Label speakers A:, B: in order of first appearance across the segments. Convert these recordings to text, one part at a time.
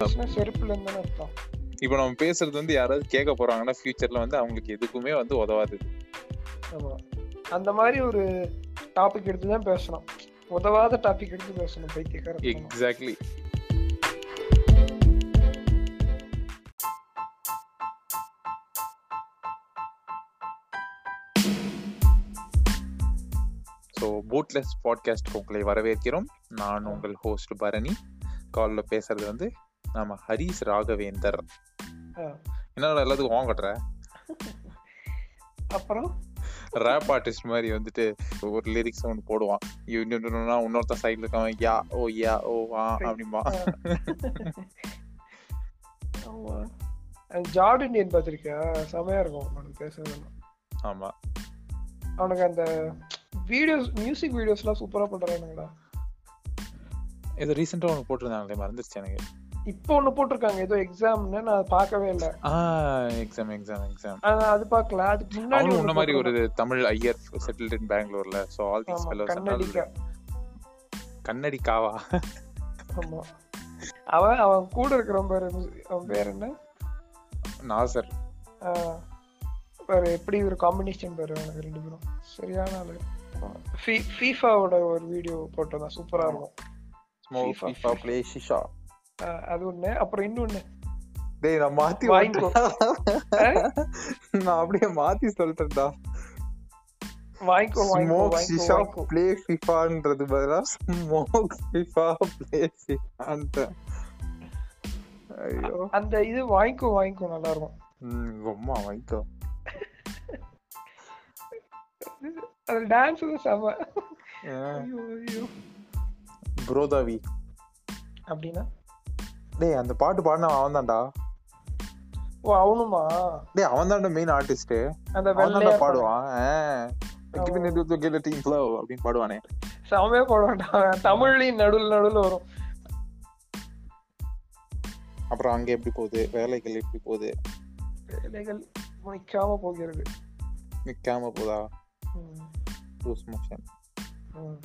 A: பேசினா செருப்புல இருந்தானே அர்த்தம்
B: இப்போ நம்ம பேசுறது வந்து யாராவது கேட்க போறாங்கன்னா ஃபியூச்சர்ல வந்து அவங்களுக்கு எதுக்குமே வந்து உதவாது
A: ஆமா அந்த மாதிரி ஒரு டாபிக் எடுத்து தான் பேசணும் உதவாத டாபிக் எடுத்து பேசணும் பைத்தியக்காரன்
B: எக்ஸாக்ட்லி ஸோ பூட்லெஸ் பாட்காஸ்ட் உங்களை வரவேற்கிறோம் நான் உங்கள் ஹோஸ்ட் பரணி காலில் பேசுறது வந்து நம்ம ஹரிஷ் ராகவேந்தர்
A: ஆ.
B: என்னடா எல்லாத்துக்கும் வாங்கட்ற
A: அப்புறம்
B: ரேப் ஆர்டிஸ்ட் மாதிரி வந்துட்டு ஒரு லிரிக்ஸ் ஒன்று போடுவான் இன்னொன்னா இன்னொருத்த சைடில் இருக்கவன் யா ஓ யா ஓ ஆ அப்படிம்பா
A: ஆமா அந்த ஜார்ட் இந்தியன் பார்த்துருக்கியா செமையா இருக்கும் அவனுக்கு பேசுறது
B: ஆமா
A: அவனுக்கு அந்த வீடியோஸ் மியூசிக் வீடியோஸ்லாம் சூப்பரா பண்றானுங்களா
B: இது ரீசெண்டாக ஒன்று போட்டிருந்தாங்களே மறந்துருச்சு எனக்கு
A: இப்போ ஒண்ணு போட்டிருக்காங்க ஏதோ எக்ஸாம்னு நான் அதை பார்க்கவே இல்லை
B: ஆ எக்ஸாம் எக்ஸாம் எக்ஸாம்
A: ஆனா அது பார்க்கல அதுக்கு முன்னாடி
B: அவனும்
A: ஒண்ணு
B: முன்ன மாதிரி ஒரு
A: போட்டிருந்தாங்க.
B: தமிழ் ஐயர் செட்டில்ட் இன் பெங்களூர்ல ஸோ ஆல் தீஸ்
A: ஆமா,
B: ஃபெல்லோஸ்
A: கண்ணாடிக்கா
B: கண்ணடி காவா
A: ஆமா அவன் அவன் கூட இருக்கிறவன் பேரு அவன் பேர் என்ன
B: நாசர்
A: ஆஹ் பாரு எப்படி ஒரு காம்பினேஷன் பாரு அவனுக்கு ரெண்டு பேரும் சரியான ஆளு ஃபி- ஃபீஃபாவோட ஒரு வீடியோ போட்டிருந்தான் சூப்பரா இருக்கும்
B: smoke
A: FIFA.
B: FIFA play shisha
A: ஆஹ் அது ஒண்ணு அப்புறம் இன்னொன்னு
B: டேய் நான் மாத்தி
A: வாங்கிக்கோ.
B: நான் அப்படியே மாத்தி சொல்லிட்டேன்டா
A: வாங்கிக்கோ வாங்கிக்கோ
B: ஸ்மோக்
A: வாங்கிக்கோ,
B: ஷிஷா
A: வாங்கிக்கோ
B: ப்ளே ஃபிஃபான்றது பதிலா ஸ்மோக் ஃபிஃபா ப்ளே ஃபிஃபான்ட்டு ஐயோ
A: அந்த இது வாங்கிக்கோ வாங்கிக்கோ நல்லா இருக்கும்
B: ம் அம்மா வைக்கோ
A: அது டான்ஸ் செம ஐயோ ஐயோ
B: புரோதாவி
A: அப்படின்னா
B: டேய் அந்த பாட்டு பாடின அவன் தான்டா
A: ஓ அவனுமா
B: டேய் அவன் தான்டா மெயின் ஆர்டிஸ்ட்
A: அந்த
B: அவன்
A: வெள்ளையா
B: பாடுவான் ஆ. Give me the guillotine flow அப்படின்னு பாடுவானே
A: செமையா போடுவான்டா அவன் தமிழ்லயும் நடுவில் நடுவில் வரும்
B: அப்புறம் அங்க எப்படி போகுது வேலைகள் எப்படி போகுது
A: வேலைகள் முடிக்காம போகிறது
B: நிக்காம போதா
A: ம்,
B: லூஸ் மோஷன்
A: ம்.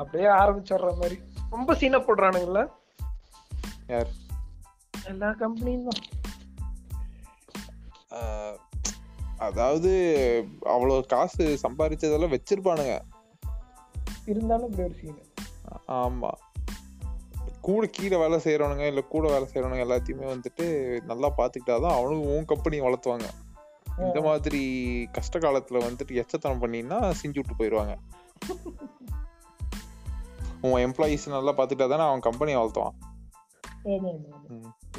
A: அப்படியே ஆரம்பிச்சிடுற மாதிரி ரொம்ப சீனா போடுறானுங்கல்ல
B: யார்
A: எல்லா கம்பெனியும் தான்
B: அஹ், அதாவது அவ்வளவு காசு சம்பாரிச்சதெல்லாம் வச்சிருப்பானுங்க
A: இருந்தாலும் இப்படி ஒரு சீனு
B: ஆமா கூட கீழே வேலை செய்யறவனுங்க இல்ல கூட வேலை செய்யறவனுங்க எல்லாத்தையுமே வந்துட்டு நல்லா பாத்துக்கிட்டாதான் அவனுக்கு உன் கம்பெனி வளர்த்துவாங்க இந்த மாதிரி கஷ்ட காலத்துல வந்துட்டு எச்சத்தனம் பண்ணினா செஞ்சு விட்டு போயிடுவாங்க உன் எம்ப்ளாயிஸ் நல்லா பாத்துக்கிட்டா தானே அவன் கம்பெனியை வளர்த்துவான்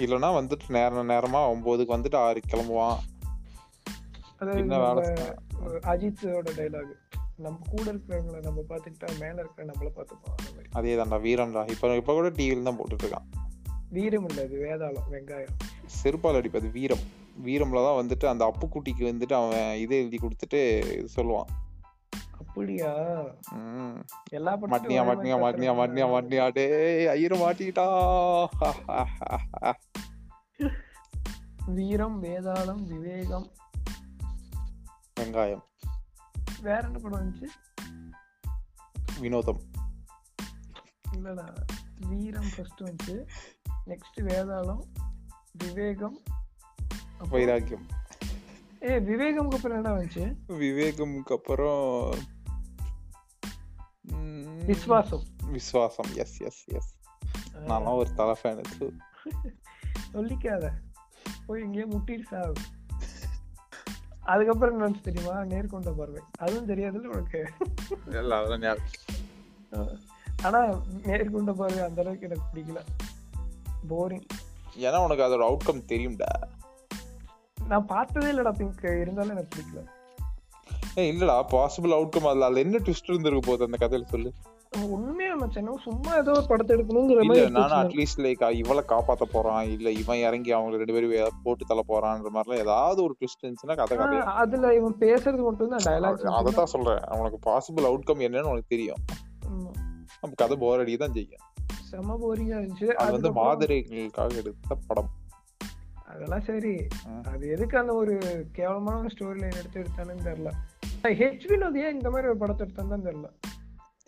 B: இல்லைன்னா வந்துட்டு நேர நேரமா ஒன்பதுக்கு வந்துட்டு ஆறு கிளம்புவான்
A: அதாவது
B: என்ன வேலை
A: நம்ம
B: செய்யலாம்?
A: அஜித்தோட டைலாக் நம்ம கூட இருக்கிறவங்கள நம்ம பார்த்துக்கிட்டா மேல இருக்கிற நம்மள பார்த்துப்போம் அந்த மாதிரி
B: அதே தான்டா வீரம்டா இப்ப இப்ப கூட டிவியில் தான் போட்டுட்டு இருக்கான்
A: வீரம் இல்ல அது வேதாளம் வெங்காயம்
B: செருப்பால் அடிப்பது வீரம் வீரம்ல தான் வந்துட்டு அந்த அப்புக்குட்டிக்கு வந்துட்டு அவன் இதை எழுதி கொடுத்துட்டு இது சொல்லுவான்
A: அப்படியா
B: உம்
A: எல்லா படத்துலயும் ஒரே
B: மாட்டினியா
A: மாதிரி
B: மாட்டினியா மாட்டினியா மாட்டினியா
A: காட்டுறாங்க.
B: மாட்டினியா டேய் ஐயரும் மாட்டிக்கிட்டா
A: வீரம் வேதாளம் விவேகம்
B: வெங்காயம்
A: வேற என்ன படம் வந்துச்சு
B: வினோதம்
A: இல்லடா வீரம் ஃபர்ஸ்ட் வந்துச்சு நெக்ஸ்ட் வேதாளம் விவேகம் அப்புறம்-
B: வைராக்கியம்
A: ஏ விவேகம்க்கு அப்புறம் என்ன வந்துச்சு
B: விவேகமுக்கு அப்புறம் உம்,
A: Viswasam
B: Viswasam yes yes yes நான்லாம் ஒரு தலை ஃபேன்
A: சொல்லிக்காத போய் இங்கேயே முட்டிட்டு சாவு அதுக்கப்புறம் என்ன வந்துச்சு தெரியுமா நேர்கொண்ட பார்வை அதுவும் தெரியாதுல்ல உனக்கு
B: அதெல்லாம் ஞாபகம்
A: ஆனா நேர்கொண்ட பார்வை அந்த அளவுக்கு எனக்கு பிடிக்கல போரிங்
B: ஏன்னா உனக்கு அதோட அவுட்கம் தெரியும்டா
A: நான் பார்த்ததே இல்லடா பிங்க் இருந்தாலும் எனக்கு பிடிக்கல
B: ஏய் இல்லடா பாசிபிள் அவுட்கம் அதுல அதுல என்ன ட்விஸ்ட் இருந்திருக்க போகுது அந்த கதையில சொல்லு
A: உண்மையா மச்சான் நம்ம சும்மா ஏதோ ஒரு படத்தை எடுக்கணுங்கிற
B: இல்ல
A: மாதிரி
B: நானும் அட்லீஸ்ட் லைக் இவளை காப்பாத்த போறான் இல்ல இவன் இறங்கி அவங்க ரெண்டு பேரும் ஏதாவது போட்டு தள்ள போறான்ற மாதிரிலாம் ஏதாவது ஒரு ட்விஸ்ட் இருந்துச்சுன்னா கதை கதை
A: ஆ, அதுல இவன் பேசுறது மட்டும் தான்
B: அதை
A: டயலாக்
B: தான் சொல்றேன் உனக்கு பாசிபிள் அவுட்கம் என்னன்னு உனக்கு தெரியும் நம்ம கதை போர் அடிக்க தான் செய்யும்
A: செம போரிங்கா இருந்துச்சு
B: அது வந்து
A: அதுக்கப்புறம்
B: மாதிரிகளுக்காக எடுத்த படம்
A: அதெல்லாம் சரி
B: ஆ.
A: அது எதுக்கு அந்த ஒரு கேவலமான ஸ்டோரி லைன் எடுத்து எடுத்தானு தெரியல ஹெச் வினோத் ஏன் இந்த மாதிரி ஒரு படத்தை எடுத்தான்னு தெரியல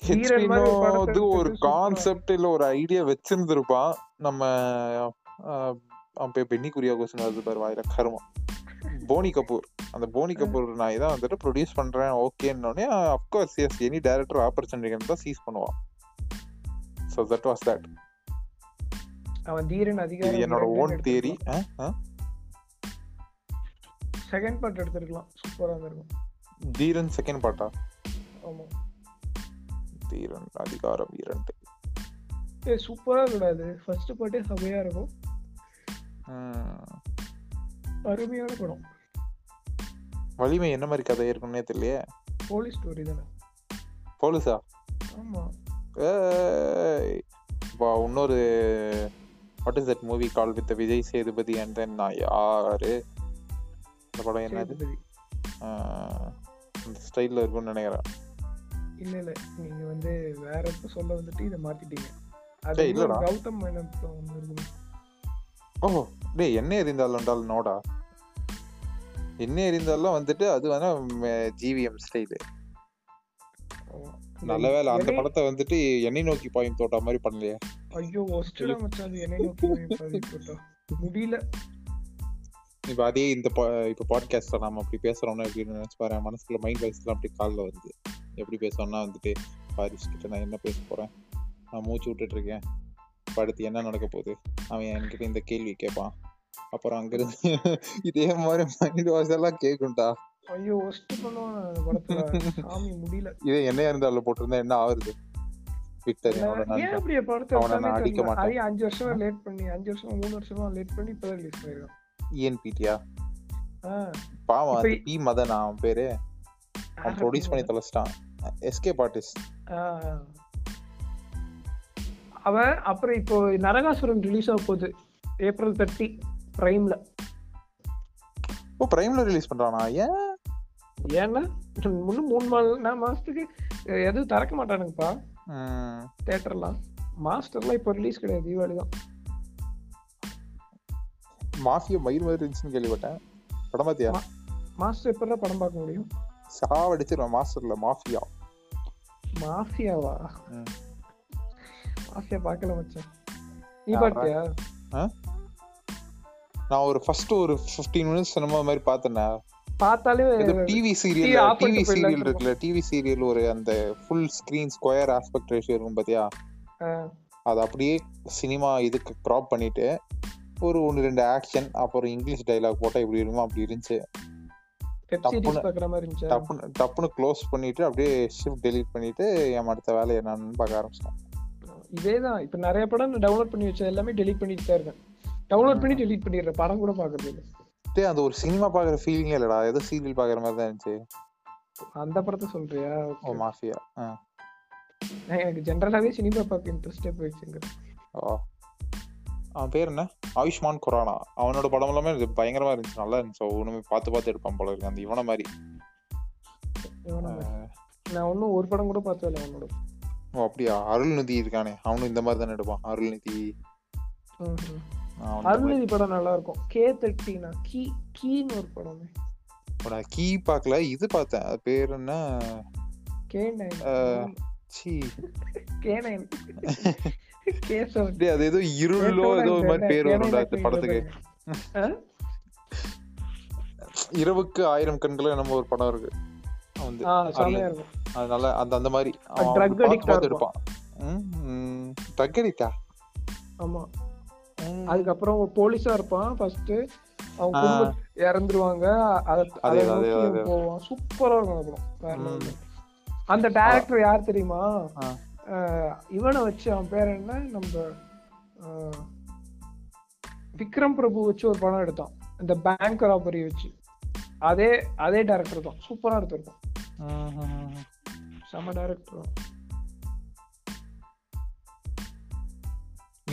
A: வீரன் மாதிரி ஒரு படத்தை
B: ஹெச்பினோ ஒரு
A: எடுத்துட்டு
B: கான்செப்ட் இல்ல ஒரு ஐடியா வச்சிருந்திருப்பான் நம்ம ஆஹ், அவன் பேர் பென்னி குரியா கொஸ்டின் வருது பாரு வாயில கருமம் போனி கபூர் அந்த போனி கபூர் நான் இதான் வந்துட்டு ப்ரொடியூஸ் பண்றேன் ஓகேன்னொடனே of course yes any director opportunity தான் சீஸ் பண்ணுவான் ஸோ தட் வாஸ் தட்
A: அவன் தீரன்
B: இது
A: அதிகாரம்
B: என்னோட ஓன் தியரி
A: செகண்ட் பார்ட் எடுத்துருக்கலாம் சூப்பரா இருந்திருக்கும்
B: தீரன் செகண்ட் பார்ட்டா
A: ஆமா
B: தீரன் அதிகாரம் இரண்டு
A: ஏ சூப்பரா இருக்காது ஃபர்ஸ்ட் பார்ட்டே செமையா இருக்கும்
B: ம்.
A: அருமையான படம்
B: வலிமை என்ன மாதிரி கதை இருக்குன்னே தெரியலையே
A: போலீஸ் ஸ்டோரி தானே
B: போலீஸா
A: ஆமா
B: ஏய். வா, இன்னொரு what is that movie call with Vijay Sethupathi and then நான் யாரு இந்த படம் என்னது
A: சேதுபதி
B: ஆஹ், அந்த ஸ்டைலில் இருக்கும்னு நினைக்கிறேன்
A: இல்ல இல்ல நீங்க வந்து வேற எப்ப சொல்ல வந்துட்டு இதை மாத்திட்டீங்க அது
B: டேய்,
A: இன்னொரு
B: இல்லடா.
A: கௌதம் மேனன் படம் ஒண்ணு இருக்குமே.
B: ஓ டேய் என்ன எரிந்தாலும் இருந்தாலும் நோடா என்ன எரிந்தாலும் வந்துட்டு அது வேணா ஜிவிஎம் ஸ்டைலு
A: ஆமா.
B: நல்ல வேலை அந்த
A: என்னை-
B: படத்தை வந்துட்டு என்னை நோக்கி பாயும் தோட்டா மாதிரி பண்ணலையே
A: ஐயோ ஒஸ்டா மச்சான் அது என்னை நோக்கி வாங்கி பாதி போட்டா. முடியல
B: இப்போ அதே இந்த பா- இப்போ பாட்காஸ்ட்ல நம்ம அப்படி பேசுறோம்னா எப்படின்னு நினைச்சு பாரு மனசுக்குள்ள மைண்ட் வாய்ஸ்லாம் அப்படி காலில் வருது எப்படி பேசுறோம்னா வந்துட்டு பாரிஸ் கிட்ட நான் என்ன பேச போறேன் நான் மூச்சு விட்டுட்டு இருக்கேன் இப்ப அடுத்து என்ன நடக்க போகுது அவன் என்கிட்ட இந்த கேள்வி கேட்பான் அப்புறம் அங்கிருந்து இதே மாதிரி மைண்ட் வாய்ஸ் எல்லாம் கேட்கும்டா
A: ஐயோ ஒஸ்ட் பண்ணுவான் அந்த படத்துல சாமி முடியல
B: இதே என்னையா இருந்தாலும் போட்டிருந்தா என்ன ஆகுறது விக்டர் என்னோட
A: ஏன்
B: நண்பன்
A: அப்படி படத்தை
B: அவனை நான்
A: எடுத்தானே
B: அடிக்க
A: தெரியல.
B: மாட்டேன்.
A: அதையும் அஞ்சு வருஷமா லேட் பண்ணி அஞ்சு வருஷமா மூணு வருஷமா லேட் பண்ணி இப்பதான் ரிலீஸ் பண்ணிருக்கான்
B: இஎன்பிடியா
A: ஆ,
B: பாவம்
A: இப்ப-
B: அது பி மதன் அவன் பேரு அவன் ப்ரொடியூஸ் பண்ணி தொலைச்சிட்டான் எஸ்கே ஆர்டிஸ்ட்
A: ஆ. அவன் அப்புறம் இப்போ நரகாசுரன் ரிலீஸ் ஆக போகுது ஏப்ரல் தேர்ட்டி பிரைம்ல
B: ஓ பிரைம்ல ரிலீஸ் பண்றானா ஏன்
A: ஏன்னா இன்னும் மூணு நாள் நான் மாசத்துக்கு அஹ், எதுவும் திறக்க மாட்டானுங்கப்பா
B: ம்.
A: தேட்டர்லாம் மாஸ்டர்லாம் இப்போ ரிலீஸ் கிடையாது தீபாவளி தான்
B: மாஃபியா மயில் மாதிரி இருந்துச்சுன்னு கேள்விப்பட்டேன் படம் பாத்தியா
A: மா- மாஸ்டர் எப்போ தான் படம் பார்க்க முடியும்
B: சாவடிச்சிருவேன் மாஸ்டர்ல மாஃபியா
A: மாஃபியாவா
B: ம்.
A: மாஃபியா பார்க்கல மச்சான் நீ
B: யாரா?
A: பார்த்தியா
B: நான் ஒரு ஃபர்ஸ்ட் ஒரு 15 மினிட்ஸ் சினிமா மாதிரி பார்த்தேன்னா
A: பார்த்தாலே
B: இந்த TV
A: TV
B: serial
A: off
B: TV
A: பண்ணிட்டு
B: சீரியல்
A: போயிடலாம்
B: இருக்குல்ல டிவி சீரியல் ஒரு அந்த full screen square aspect ratio இருக்கும் பாத்தியா
A: ஆ,
B: அது அப்படியே சினிமா இதுக்கு க்ராப் பண்ணிட்டு ஒரு ஒன்று ரெண்டு ஆக்ஷன் அப்புறம் இங்கிலீஷ் டைலாக் போட்டா இப்படி இருக்குமா அப்படி இருந்துச்சு
A: web
B: டப்புனு-
A: சீரிஸ் பார்க்குற மாதிரி இருந்துச்சா
B: டப்புன்னு டப்புன்னு க்ளோஸ் பண்ணிட்டு அப்படியே ஷிஃப்ட் டெலீட் பண்ணிட்டு என் அடுத்த வேலை என்னன்னு பார்க்க ஆரம்பிச்சிட்டேன்
A: இதே தான் இப்போ நிறைய படம் நான் டவுன்லோட் பண்ணி வச்சேன் எல்லாமே டெலீட் பண்ணிட்டு தான் இருக்கேன் டவுன்லோட் பண்ணி டெலீட் பண்ணிடுறேன் படம் கூட பார்க்கறது இல்ல
B: டேய், அந்த ஒரு சினிமா பாக்குற ஃபீலிங்கே இல்லடா ஏதோ சீரியல் பாக்குற மாதிரி தான் இருந்துச்சு
A: அந்த படத்தை சொல்றியா Okay.
B: ஓ மாஃபியா ஆ
A: நான் எனக்கு ஜென்ரலாகவே சினிமா பார்க்க இன்ட்ரெஸ்டே போயிடுச்சுங்க
B: ஓ அவன் பேர் என்ன ஆயுஷ்மான் குரானா அவனோட படம் எல்லாமே இது பயங்கரமா இருந்துச்சு நல்லா இருந்துச்சு ஒண்ணுமே பார்த்து பார்த்து எடுப்பான் போல இருக்கு அந்த இவனை மாதிரி
A: இவனை மாதிரி.
B: அஹ்,
A: நான் ஒன்றும் ஒரு படம் கூட பார்த்தது இல்லை அவனோட
B: ஓ அப்படியா அருள்நிதி இருக்கானே அவனும் இந்த மாதிரி தானே எடுப்பான் அருள்நிதி
A: ம், ம்.
B: அவன் இந்த மாதிரி.
A: அருள்நிதி படம் நல்லா இருக்கும் கே தேர்ட்டினா கீ கீன்னு ஒரு படமே
B: இப்ப நான் கீ பார்க்கல இது பார்த்தேன் அது பேர் என்ன
A: கே நைன்
B: அஹ், சீ
A: கே நைன் கே செவன்
B: டேய், அது ஏதோ இருளோ ஏதோ ஒரு மாதிரி பேர் வரும்டா இந்த படத்துக்கு இரவுக்கு ஆயிரம் கண்களோ நம்ம ஒரு படம் இருக்கு அவன் வந்து
A: ஆ
B: அருள்நிதி.
A: செமையா இருக்கும்
B: அதனால அந்த அந்த மாதிரி
A: அது drug addict ஆ
B: பார்த்து எடுப்பான் ட்ரக் அடிக்டா
A: ஆமா அதுக்கப்புறம் ஒரு போலீஸா இருப்பான் ஃபர்ஸ்ட் அவங்க குடும்பம் இறந்துருவாங்க அத அதை
B: அதே தான்,
A: நோக்கி
B: அதே தான்,
A: அவன்
B: அதே
A: போவான் சூப்பரா இருக்கும் அந்த படம் வேற
B: ம்.
A: level. அந்த டைரக்டர் யார் தெரியுமா
B: ஆ.
A: அஹ், இவனை வச்சு அவன் பேர் என்ன நம்ம அஹ், விக்ரம் பிரபு வச்சு ஒரு படம் எடுத்தான் இந்த பேங்க் ராபரி வச்சு அதே அதே டைரக்டர் தான் சூப்பரா எடுத்திருக்கும் செம டைரக்டர் தான்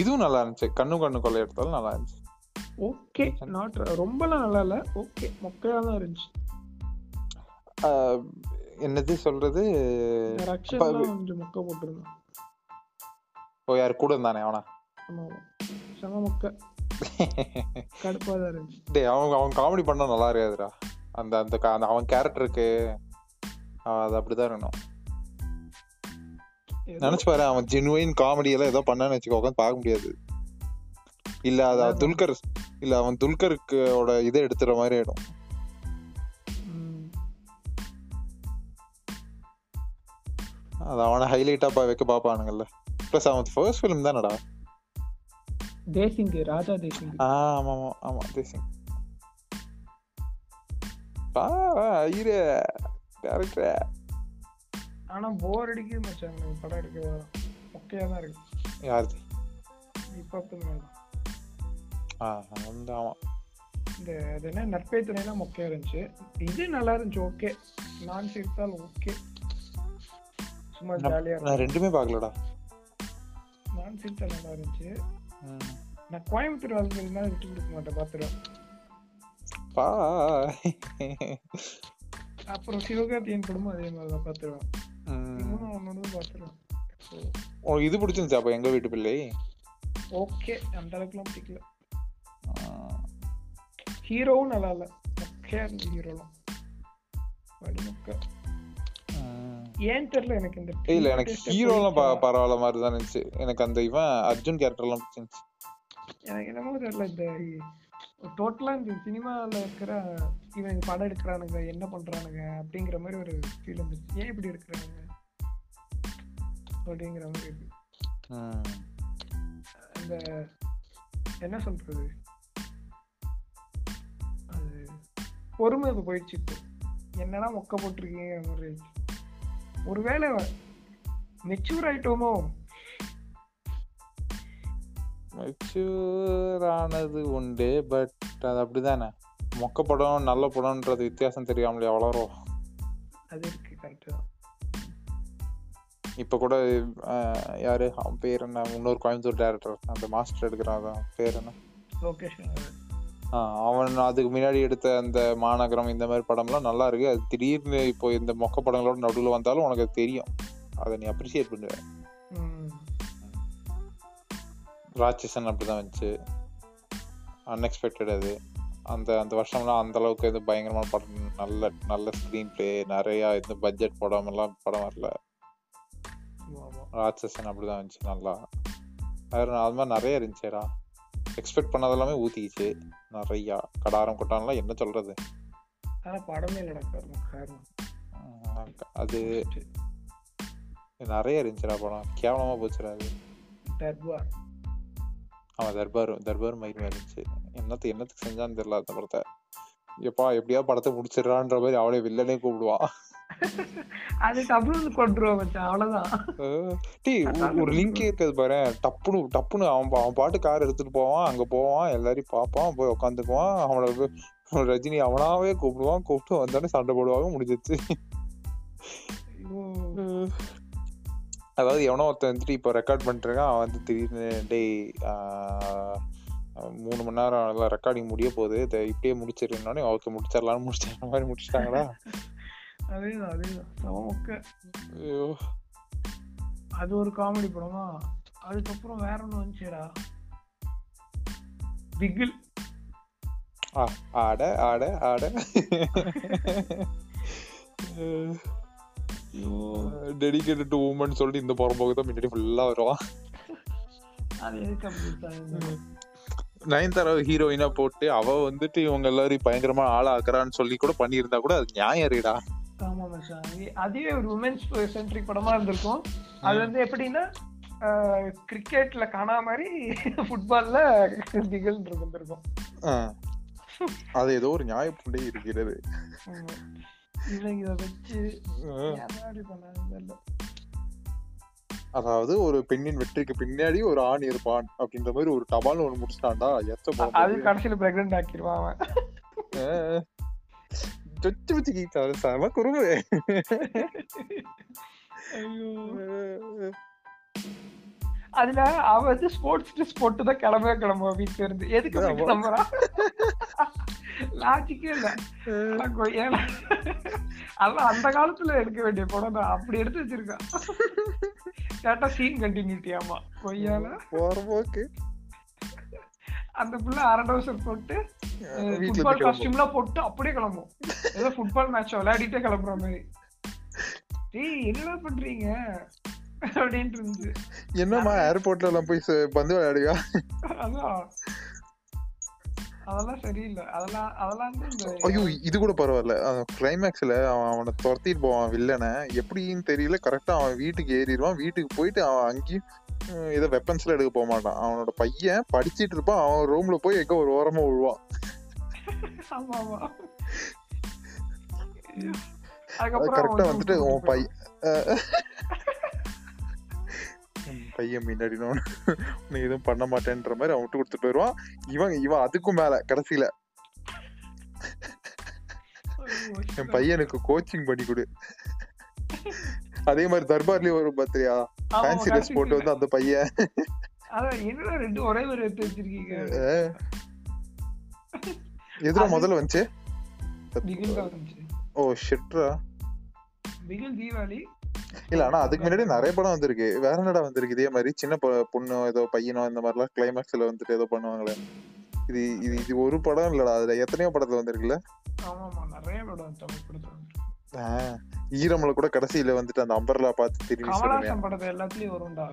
B: இதுவும் நல்லா இருந்துச்சு கண்ணு கண்ணு கொள்ளை எடுத்தாலும் நல்லா இருந்துச்சு
A: ஓகே நாட் ரொம்பலாம் நல்லா இல்ல ஓகே மொக்கையா தான் இருந்துச்சு
B: ஆஹ் என்னது சொல்றது
A: ரக்ஷன்லாம் கொஞ்சம் மொக்க போட்டிருந்தான்
B: ஓ யார் கூட இருந்தானே அவனா
A: ஆமா ஆமா. செம மொக்க கடுப்பா தான் இருந்துச்சு
B: டேய் அவங்க அவன் காமெடி பண்ணா நல்லா இருக்காதுடா அந்த அந்த கா- அந்த அவன் கேரக்டருக்கு அது அப்படிதான் இருக்கணும்
A: ஏதோ-
B: நினைச்சு பாரு அவன் ஜெனுவைன் காமெடி எல்லாம் ஏதோ பண்ணான்னு வச்சுக்கோ உட்காந்து பார்க்க முடியாது இல்ல அது அவன் துல்கர் இல்ல அவன் துல்கருக்கோட இதை எடுத்துற மாதிரி ஆயிடும்
A: ம்.
B: அது அவனை ஹைலைட்டா பா வைக்க பாப்பானுங்கல்ல ப்ளஸ் அவன் ஃபர்ஸ்ட் ஃபிலிம் தானடா
A: தேசிங்கு ராஜா தேசிங்கு
B: ஆ ஆமா ஆமா ஆமா தேசிங் பா ஐயரே டேரக்டர்
A: ஆனா போர் அடிக்குது மச்சான் எனக்கு படம் எடுக்கிறது ஓகே தான் இருக்கு
B: யாரு
A: இப்போ தான்
B: ஆ அவன் வந்து அவன்
A: இந்த அது என்ன நட்பே துணைலாம் மொக்கையா இருந்துச்சு இது நல்லா இருந்துச்சு ஓகே நான் சேர்த்தால் ஓகே சும்மா ஜாலியா
B: நான் ரெண்டுமே பார்க்கலடா
A: இருக்கும் நான் சேர்த்தால் நல்லா இருந்துச்சு
B: ம்.
A: நான் கோயம்புத்தூர் வாழ்க்கைனா விட்டு கொடுக்க மாட்டேன் பார்த்துருவேன்
B: பா
A: அப்புறம் சிவகார்த்தியின் குடும்பம் அதே மாதிரி தான் பார்த்துருவேன்
B: ம்.
A: இவனும் அவனோட பார்த்துருவேன்
B: உனக்கு இது பிடிச்சிருந்துச்சா அப்ப எங்க வீட்டு பிள்ளை
A: ஓகே அந்த அளவுக்குலாம் பிடிக்கல
B: ஆ.
A: ஹீரோவும் நல்லா இல்லை மொக்கையா இருந்துச்சு ஹீரோலாம் வடிமொக்க
B: ம்.
A: ஏன் தெரியல எனக்கு இந்த
B: இல்ல எனக்கு ஹீரோலாம் ப- பரவாயில்ல மாதிரி தான் இருந்துச்சு எனக்கு அந்த இவன் அர்ஜுன் கேரக்டர்லாம் பிடிச்சிருந்துச்சு
A: எனக்கு என்னமோ தெரியல இந்த டோட்டலா இந்த சினிமால இருக்கிற இவங்க படம் எடுக்கிறானுங்க என்ன பண்றானுங்க அப்படிங்கிற மாதிரி ஒரு ஃபீல் வந்துருச்சு ஏன் இப்படி இருக்கிறானுங்க அப்படிங்கிற மாதிரி இருக்கு
B: ம்.
A: அந்த என்ன சொல்றது அது பொறுமை இப்போ போயிடுச்சு இப்போ என்னடா மொக்க போட்டிருக்கீங்க ஒரு ஒருவேளை மெச்சூர் ஆயிட்டோமோ
B: mature ஆனது உண்டு பட் அது அப்படிதானே மொக்க படம் நல்ல படம்ன்றது வித்தியாசம் தெரியாமலே வளரும்
A: அது இருக்கு கரெக்டு தான்
B: இப்ப கூட அஹ், யாரு அவன் பேர் என்ன இன்னொரு கோயம்புத்தூர் டேரக்டர் அந்த மாஸ்டர் எடுக்கிறான் அதான் பேர் என்ன
A: லொக்கேஷன்
B: ஆ, அவன் அதுக்கு முன்னாடி எடுத்த அந்த மாநகரம் இந்த மாதிரி படம்லாம் நல்லா இருக்கு அது திடீர்னு இப்போ இந்த மொக்க படங்களோட நடுவில் வந்தாலும் உனக்கு அது தெரியும் அதை நீ அப்ரிஷியேட் பண்ணுவ
A: ம்
B: ராட்சசன் அப்படிதான் வந்துச்சு அன்எக்ஸ்பெக்டட் அது அந்த அந்த வருஷம்லாம் அந்த அளவுக்கு எதுவும் பயங்கரமான படம் நல்ல நல்ல ஸ்க்ரீன் பிளே நிறைய இந்த பட்ஜெட் படம் எல்லாம் படம் வரல
A: ஆமா, ஆமா
B: ராட்சசன் அப்படிதான் வந்துச்சு நல்லா வேற அது மாதிரி நிறைய இருந்துச்சேடா எக்ஸ்பெக்ட் பண்ணதெல்லாமே ஊத்திக்கிச்சு நிறையா கடாரம் கொட்டான்லாம் என்ன சொல்றது
A: ஆனா படமே இல்லடா கர்மம் காரணம்
B: உம், அது நிறைய இருந்துச்சுடா படம் கேவலமா போச்சுடா அது
A: டர்பா
B: அவன் தர்பார் தர்பார் மயிர் மாதிரி இருந்துச்சு என்னத்து என்னத்துக்கு செஞ்சான்னு தெரியல அந்த படத்தை எப்பா எப்படியா படத்தை முடிச்சிடறான்ற மாதிரி அவளே வில்லனே கூப்பிடுவான்
A: அது டபுள் கொண்டுருவா மச்சான் அவ்வளவுதான்
B: அஹ் டேய் ஒரு- ஒரு லிங்க் இருக்காது பாரு டப்புனு டப்புனு அவன் பா- அவன் பாட்டு கார் எடுத்துட்டு போவான் அங்க போவான் எல்லாரையும் பார்ப்பான் போய் உட்காந்துக்குவான் அவனோட போய் ரஜினி அவனாவே கூப்பிடுவான் கூப்பிட்டு வந்தோடனே சண்டை போடுவாங்க முடிஞ்சிச்சு
A: ஐயோ,
B: அதாவது எவனோ ஒருத்தன் வந்துட்டு இப்போ ரெக்கார்ட் பண்ணிருக்கான் அவன் வந்து திடீர்னு டேய் ஆஹ், மூணு மணி நேரம் எல்லாம் ரெக்கார்டிங் முடிய போகுது இதை இப்படியே முடிச்சிருந்தோடனே ஓகே முடிச்சிடலாம்னு முடிச்சிடுற மாதிரி முடிச்சிட்டாங்களா
A: அதேதான் அதேதான் சமக்க
B: ஐயோ
A: அது ஒரு காமெடி படமா அதுக்கப்புறம் வேற ஒண்ணு வந்துச்சுடா பிகில்
B: ஆ- ஆட ஆட ஆட டெடிகேட்டட் டு உமன் சொல்லிட்டு இந்த புறம்போக்கு தான் முன்னாடி ஃபுல்லாக வருவான்
A: அது எதுக்கு அப்படி இருக்காங்க?
B: நயன்தாரா ஹீரோயினா போட்டு அவ வந்துட்டு இவங்க எல்லாரும் பயங்கரமா ஆளா ஆக்குறான்னு சொல்லி கூட பண்ணியிருந்தா கூட அது நியாயம் ரீடா
A: ஆமா மச்சான் இது- அதுவே ஒரு உமன்ஸ் சென்ட்ரிக் படமா இருந்திருக்கும் அது வந்து எப்படின்னா கிரிக்கெட்ல காணா மாதிரி ஃபுட்பால்ல பிகில் இருந்திருக்கும்
B: அது ஏதோ ஒரு நியாயப்புண்டே இருக்கிறது
A: ஆமா. இவங்க இதை வச்சு ஏன் அப்படி பண்ணாங்கன்னு தெரியல.
B: அதாவது ஒரு பெண்ணின் வெற்றிக்கு பின்னாடி ஒரு ஆண் இருப்பான் அப்படின்ற மாதிரி ஒரு டபால் ஒண்ணு முடிச்சிட்டான்டா எத்த படம்
A: அது கடைசியில பிரெக்னென்ட் ஆக்கிடுவான் அவன்
B: சொச்சு வச்சுக்கிட்டாரு செம குறும்பு
A: ஐயோ அதுல அவ வந்து ஸ்போர்ட்ஸ் ட்ரெஸ் போட்டு தான் கிளம்பவே கிளம்புவா வீட்டுல இருந்து எதுக்கு அப்படி
B: ஆமா.
A: கிளம்புறா லாஜிக்கே இல்ல ஆனா கொ- ஏன்னா அதெல்லாம் அந்த காலத்துல எடுக்க வேண்டிய படம் தான் அப்படி எடுத்து வச்சிருக்கான் கேட்டா சீன் கண்டினியூட்டி ஆமா கொய்யால
B: போற போக்கு
A: அந்த பிள்ளை அரை டவுசர் போட்டு
B: வீட்டுல
A: ஃபுட்பால் காஸ்டியூம்லாம் போட்டு அப்படியே கிளம்பும் ஏதோ ஃபுட்பால் மேட்ச் விளையாடிட்டே கிளம்புற மாதிரி டேய் என்னடா பண்றீங்க அப்படின்ட்டு இருந்துச்சு
B: என்னம்மா ஏர்போர்ட்ல எல்லாம் போய் ச- பந்து விளையாடுவியா
A: அதான் அதெல்லாம் சரியில்லை அதெல்லாம் அதெல்லாம் வந்து இந்த
B: ஐயோ இது கூட பரவாயில்ல கிளைமேக்ஸ்ல அவன் அவனை துரத்திட்டு போவான் வில்லனை எப்படின்னு தெரியல கரெக்டா அவன் வீட்டுக்கு ஏறிடுவான் வீட்டுக்கு போயிட்டு அவன் அங்கேயும் ஹம், ஏதோ வெப்பன்ஸ்ல எடுக்க போக மாட்டான் அவனோட பையன் படிச்சிட்டு இருப்பான் அவன் ரூம்ல போய் எங்க ஒரு ஓரமா விழுவான்
A: ஆமா ஆமா
B: அது
A: அதுக்கப்புறம்
B: கரெக்டா
A: அவன்
B: வந்துட்டு
A: வந்து
B: உன் பையன் அஹ், உன் பையன் பின்னாடி நான் உன்னை எதுவும் பண்ண மாட்டேன்ற மாதிரி அவன் விட்டு கொடுத்துட்டு போயிடுவான் இவன் இவன் அதுக்கும் மேல கடைசியில
A: ஐயோ,
B: என் பையனுக்கு கோச்சிங் பண்ணி கொடு அதே மாதிரி தர்பார்லயும் வரும் பாத்திரியா
A: ஆமா,
B: ஃபேன்சி
A: கடைசி
B: ட்ரெஸ் போட்டு வந்து அந்த பையன்
A: அதான் என்னடா ரெண்டு ஒரே ஒரு எடுத்து வச்சிருக்கீங்க
B: அஹ். எதுடா
A: அது-
B: முதல்ல வந்துச்சு
A: பிகில் தான் இருந்துச்சு
B: ஓ ஷிட்ரா
A: பிகில் தீபாவளி
B: இல்ல ஆனா அதுக்கு முன்னாடி நிறைய படம் வந்திருக்கு வேற என்னடா வந்திருக்கு இதே மாதிரி சின்ன பொ- பொண்ணு ஏதோ பையனோ இந்த மாதிரிலாம் கிளைமேக்ஸ்ல வந்துட்டு ஏதோ பண்ணுவாங்களே இது இது இது ஒரு படம் இல்லடா அதுல எத்தனையோ படத்துல வந்திருக்குல்ல
A: ஆமா ஆமா நிறைய படம் தமிழ் படத்துல வந்து.
B: ஆஹ், ஈரமல கூட கடைசியில வந்துட்டு அந்த அம்பர்லா பார்த்து திரும்பி சொல்லுங்க
A: கமலாசன் படத்தை எல்லாத்துலயும் வரும்டா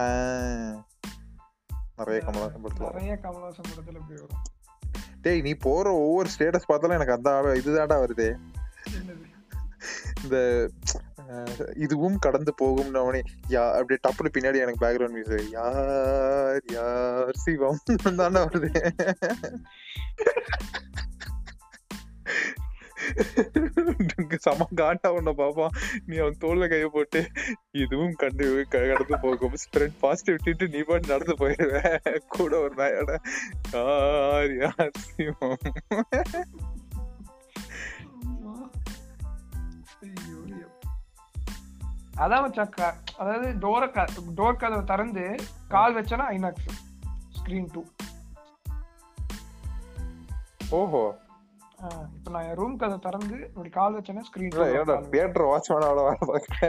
B: ஆஹ், நிறைய கமலா படத்துல
A: நிறைய கமலாசன் படத்துல போய் வரும்
B: டேய் நீ போற ஒவ்வொரு ஸ்டேட்டஸ் பார்த்தாலும் எனக்கு அந்த ஆ- இதுதான்டா வருது
A: என்னது
B: இந்த அஹ், இதுவும் கடந்து போகும்னு அவனே யா அப்படியே டப்புனு பின்னாடி எனக்கு பேக்ரவுண்ட் மியூசிக் யார் யார் சிவம் தாண்டா வருது சம காண்டா உன்ன பாப்பான் நீ அவன் தோல்ல கைய போட்டு இதுவும் கண்டு க- கடந்து போகும் ஸ்ப்ரெட் பாசிட்டிவ் விட்டுட்டு நீ பாட்டு நடந்து போயிருவ கூட ஒரு நாயோட யார் யார் சிவம்
A: ஆமா. ஐயோ, ஐயோ. அதான் மச்சான் க- அதாவது டோர டோர் கதவை திறந்து கால் வச்சனா ஐநாக்ஸ் ஸ்கிரீன் டூ
B: ஓஹோ
A: இப்போ நான் என் ரூம் கதை திறந்து இப்படி கால் வச்சேன்னா ஸ்கிரீன்
B: இல்ல ஏடா தியேட்டர் வாட்ச்மேனோட வேலை பார்க்க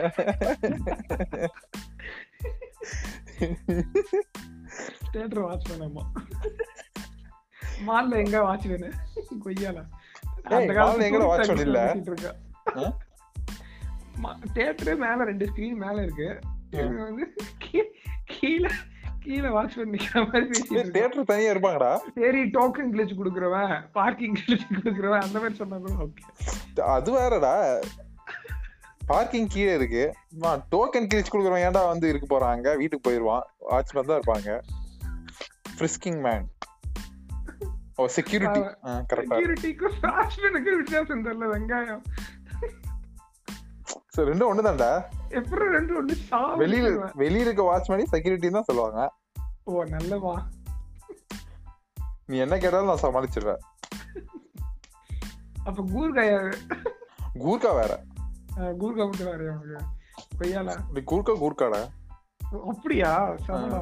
A: தேட்டர் வாட்ச் பண்ணாமா மால்ல எங்க வாட்ச் வேணும் கொய்யால
B: ஏய், mall ல எங்கடா watch பண்ணல? ஆ?
A: தேட்டரு மேல ரெண்டு ஸ்கிரீன் மேல இருக்கு இவங்க வந்து கீ- கீழே கீழே வாட்ச் பண்ணிக்கிற மாதிரி பேசிட்டு இருக்கான்.
B: தியேட்டர் தனியா இருப்பாங்கடா
A: சரி டோக்கன் கிளிச் குடுக்குறவன் பார்க்கிங் கிளிச் குடுக்குறவன் அந்த மாதிரி சொன்னா கூட ஓகே
B: அது வேறடா பார்க்கிங் கீழே இருக்கு டோக்கன் கிழிச்சு கொடுக்குறவன் ஏன்டா வந்து இருக்க போறாங்க வீட்டுக்கு போயிருவான் வாட்ச்மேன் தான் இருப்பாங்க ஃப்ரிஸ்கிங் மேன் ஓ செக்யூரிட்டி கரெக்டா
A: செக்யூரிட்டிக்கும் வாட்ச்மேனுக்கு வித்தியாசம் தெரியல வெங்காயம்
B: சோ ரெண்டும் ஒண்ணுதான்டா
A: எப்படி ரெண்டு ஒண்ணு சாவு
B: வெளியில வெளியில இருக்க வாட்ச்மேனி செக்யூரிட்டி தான் சொல்லுவாங்க
A: ஓ நல்லவா
B: நீ என்ன கேட்டாலும் நான் சமாளிச்சிடுறேன்
A: அப்ப கூர்காய
B: கூர்க்கா வேற
A: கூர்கா மட்டும் வேறையா உனக்கு கொய்யால
B: இப்படி கூர்க்கா கூர்க்காடா
A: அப்படியா சமடா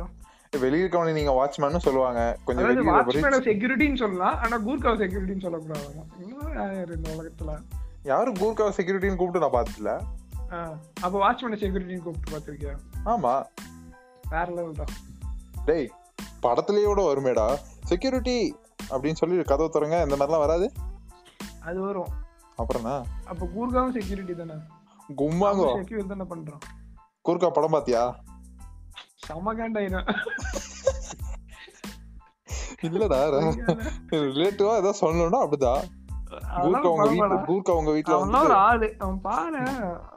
B: வெளியில இருக்கவனை நீங்க வாட்ச்மேன்னு சொல்லுவாங்க கொஞ்சம்
A: அதாவது
B: வெளியில போய்
A: வாட்ச்மேன செக்யூரிட்டின்னு சொல்லலாம் ஆனா கூர்காவை செக்யூரிட்டின்னு சொல்லக்கூடாது இன்னும் யார் இந்த உலகத்துல
B: யாரும் கூர்க்கா செக்யூரிட்டின்னு கூப்பிட்டு நான் பார்த்ததில்ல
A: ஆ, அப்ப வாட்ச்மேன செக்யூரிட்டின்னு கூப்பிட்டு பாத்திருக்கியா
B: ஆமா
A: வேற லெவல் தான்
B: டேய் படத்துலயே கூட வருமேடா செக்யூரிட்டி அப்படின்னு சொல்லி கதவு திறங்க இந்த மாதிரிலாம் வராது
A: அது வரும்
B: அப்புறம்னா
A: அப்ப கூர்காவும் செக்யூரிட்டி தானே
B: கும்மாங்கோ
A: செக்யூரிட்டி தானே பண்றான்
B: கூர்க்கா படம் பாத்தியா
A: சமகாண்டாயிரம்
B: இல்லடா ரிலேட்டிவா ஏதோ சொல்லணும்னா அப்படிதான் கூர்க்கா உங்க வீட்டு கூர்க்கா உங்க வீட்டுல
A: அவன்
B: வந்து
A: ஒரு ஆளு அவன் பாரு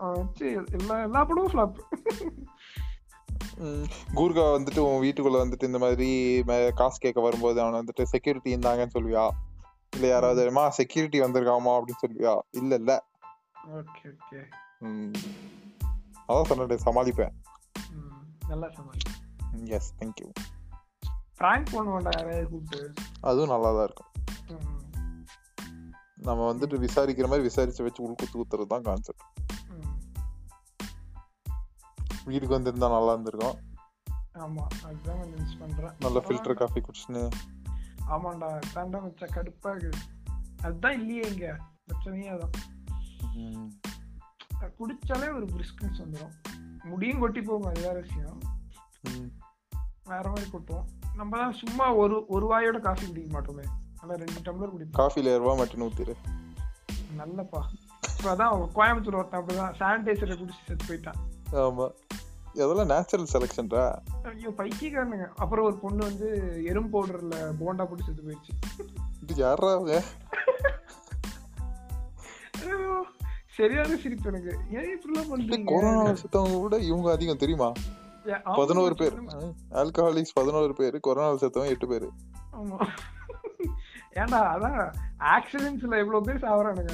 A: அவன் வச்சு எல்லா எல்லா படமும் ஃபிளாப்
B: ம், கூர்க்கா வந்துட்டு உன் வீட்டுக்குள்ள வந்துட்டு இந்த மாதிரி ம- காசு கேட்க வரும்போது அவன் வந்துட்டு செக்யூரிட்டி இருந்தாங்கன்னு சொல்லுவியா இல்ல யாராவது அம்மா செக்யூரிட்டி வந்திருக்காமா அப்படின்னு சொல்லுவியா இல்ல இல்ல
A: ஓகே ஓகே
B: ம். அதான் சொன்னேன் சமாளிப்பேன்
A: நல்லா சமாளி
B: எஸ் தேங்க்யூ
A: பிராங்க் பண்ணுவான்டா யாரையாவது கூப்பிட்டு
B: அதுவும் நல்லா தான் இருக்கும்
A: ம்,
B: நம்ம வந்துட்டு விசாரிக்கிற மாதிரி விசாரிச்சு வச்சு உள்குத்து குத்துறது தான் கான்செப்ட்
A: ம்.
B: வீட்டுக்கு வந்திருந்தா நல்லா இருந்திருக்கும்
A: ஆமா அதுதான் கொஞ்சம் மிஸ் பண்றேன்
B: நல்ல ஃபில்டர் காஃபி குடிச்சுன்னு
A: ஆமாண்டா தாண்டா மச்சான் கடுப்பா இருக்குது அதுதான் இல்லையே இங்க பிரச்சனையே அதான்
B: ம்.
A: அது குடிச்சாலே ஒரு பிரிஸ்கன்ஸ் வந்துடும் முடியும் கொட்டி போகும் அது வேற விஷயம்
B: ம்.
A: வேற மாதிரி கொட்டும் நம்ம தான் சும்மா ஒரு ஒரு வாயோட காஃபி குடிக்க மாட்டோமே நல்லா ரெண்டு டம்ளர் குடிப்போம்
B: காஃபில ரூபா மட்டும் ஊத்திரு
A: நல்லப்பா இப்பதான் கோயம்புத்தூர் ஒருத்தன் அப்படிதான் சானிடைசரை குடிச்சு செத்து போயிட்டான்
B: ஆமா இதெல்லாம் நேச்சுரல் செலெக்ஷன்டா
A: ஐயோ பைக்கியக்காரனுங்க அப்புறம் ஒரு பொண்ணு வந்து எறும்பு பவுடர்ல போண்டா போட்டு செத்து போயிடுச்சு
B: இது யாரா அவங்க
A: ஐயோ, சரியான சிரிப்பு எனக்கு ஏன் இப்படிலாம் பண்றீங்க
B: கொரோனா செத்தவங்க கூட இவங்க அதிகம் தெரியுமா
A: ஏன் ஆமா,
B: பதினோரு பேர்
A: சொல்லுங்க.
B: ஆல்கஹாலிக்ஸ் பதினோரு பேர் கொரோனா செத்தவங்க எட்டு பேர்
A: ஆமா ஏன்டா அதான் ஆக்சிடென்ட்ஸ்ல எவ்வளவு பேர் சாவறானுங்க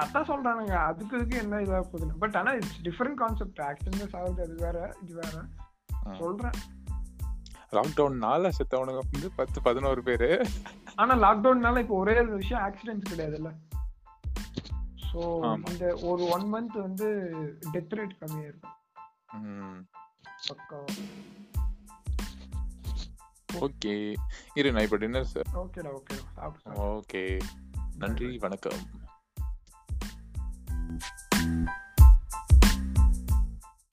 A: அதான் சொல்றானுங்க அதுக்கு இதுக்கு என்ன இதா போகுதுன்னு பட் ஆனா இட்ஸ் டிஃபரெண்ட் கான்செப்ட் ஆக்சிடென்ட் சாவது அது வேற இது வேற
B: ஆ.
A: சொல்றேன்
B: லாக்டவுன்னால செத்தவனுங்க வந்து பத்து பதினோரு பேரு
A: ஆனா லாக்டவுன்னால இப்போ ஒரே ஒரு விஷயம் ஆக்சிடென்ட்ஸ் கிடையாதுல்ல ஸோ
B: ஆமா.
A: இந்த ஒரு ஒன் மந்த் வந்து டெத் ரேட் கம்மியா இருக்கும் பக்கா
B: ஓகே இரு நான் இப்ப டின்னர் சார்
A: ஓகேடா ஓகேடா சாப்பிட்டு
B: ஓகே நன்றி வணக்கம்